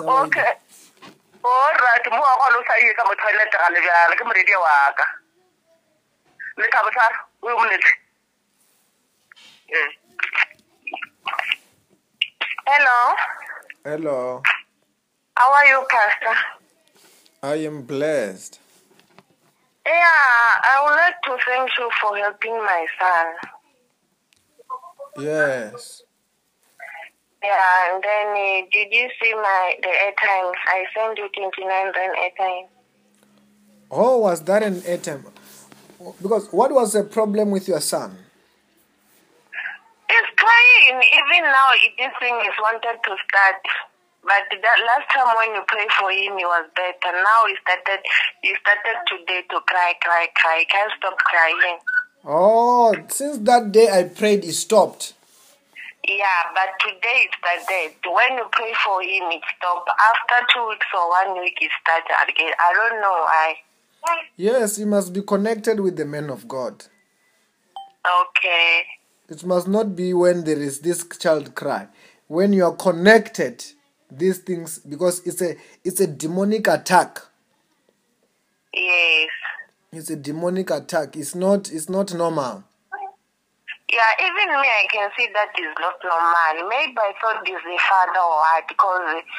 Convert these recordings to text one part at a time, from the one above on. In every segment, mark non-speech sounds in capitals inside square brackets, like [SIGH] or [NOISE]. okay allright Oh, mo wa gona o sa ye ka mo toilet ga le bjale ke moredi wa ka lethabo tharo o yo monetse Mm. hello Hello. how are you pastor I am blessed. yeah i would like to thank you for helping my son Yes. yeah and then uh, did you see my the airtime i sent you 29 rand airtime Oh, was that an item? Because what was the problem with your son? It's crying. Even now, it- this thing is wanted to start. But that last time when you prayed for him, he was better. Now he started. He started today to cry, cry, cry. He can't stop crying. Oh, since that day I prayed, it stopped. Yeah, but today it started. When you pray for him, it stopped. After two weeks or one week, it started again. I don't know why. Yes, you must be connected with the man of God. Okay. It must not be when there is this child cry. When you are connected, these things because it's a it's a demonic attack. Yes. It's a demonic attack. It's not it's not normal. Yeah, even me, I can see that is not normal. Maybe I thought this the father or what, because the-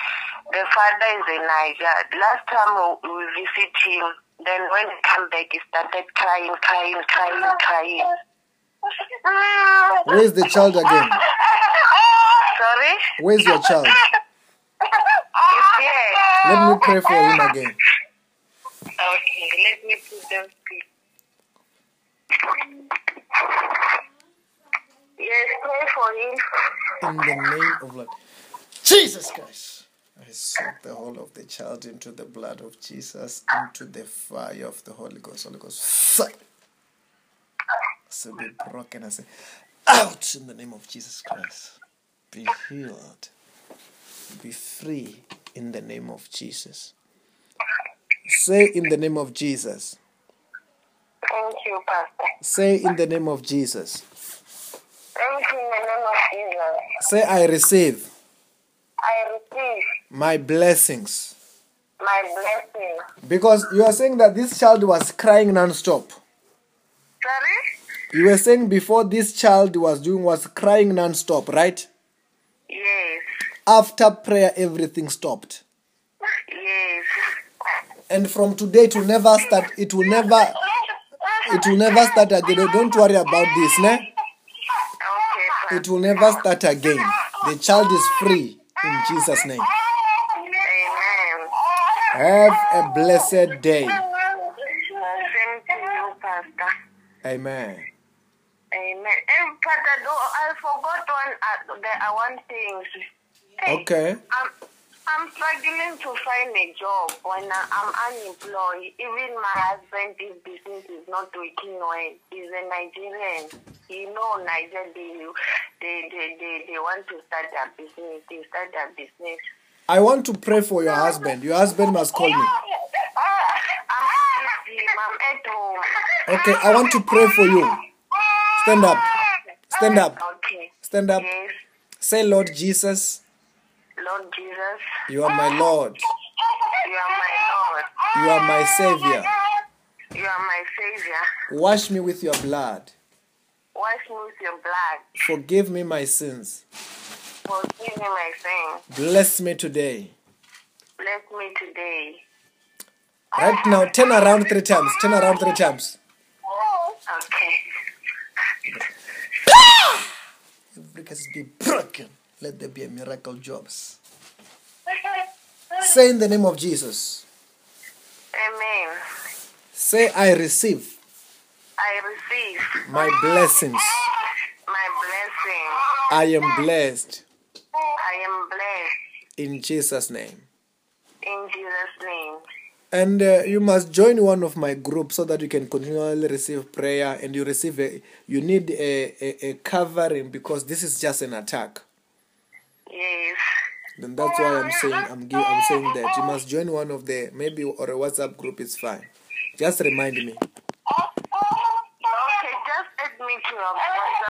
the father is in Niger. Last time we we visit him, then when he come back, he started crying, crying, crying, crying. Where is the child again? Sorry? Where's your child? It's here. Let me pray for him again. Okay, let me put them speak. Yes, pray for him. In the name of Lord Jesus Christ. I soak the whole of the child into the blood of Jesus, into the fire of the Holy Ghost. Holy Ghost, fire. So be broken and say, out in the name of Jesus Christ. Be healed. Be free in the name of Jesus. Say in the name of Jesus. Thank you, Pastor. Say in the name of Jesus. Thank you in the name of Jesus. Say, I receive I receive my blessings. my blessing. Because you are saying that this child was crying nonstop. Sorry? You were saying before this child was doing was crying nonstop, right? Yes. After prayer, everything stopped. Yes. And from today to never start, it will never, it will never start again. Oh, Don't worry about this, ne? Okay, Pastor. It will never start again. The child is free in Jesus' name. Amen. Have a blessed day. Same to you, Pastor. Amen. Amen. And Pastor, do, I forgot one, uh, the, uh, one thing. Hey, Okay. I'm, I'm struggling to find a job when I, I'm unemployed. Even my husband, his business is not working well. He's a Nigerian. You know, Niger, they, they, they, they, they want to start their business. They start their business. I want to pray for your husband. Your husband must call me. I'm busy. I'm at home. Okay, I want to pray for you. Stand up. Stand up. Okay. Stand up. Yes, Say, Lord Jesus, Lord Jesus, you are my Lord. you are my Lord. You are my Savior. You are my Savior. Wash me with your blood. Wash me with your blood. Forgive me my sins. Forgive me my sins. Bless me today. Bless me today. Right now, turn around three times. Turn around three times. Okay. Every case be broken. Let there be a miracle jobs. [LAUGHS] Say in the name of Jesus. Amen. Say, I receive I receive my blessings. my blessing. I am blessed I am blessed in Jesus' name. in Jesus' name. And uh, you must join one of my groups so that you can continually receive prayer and you receive a, you need a, a, a covering because this is just an attack. Yes. Then that's why I'm saying I'm gi- I'm saying that you must join one of the maybe or a WhatsApp group is fine. Just remind me.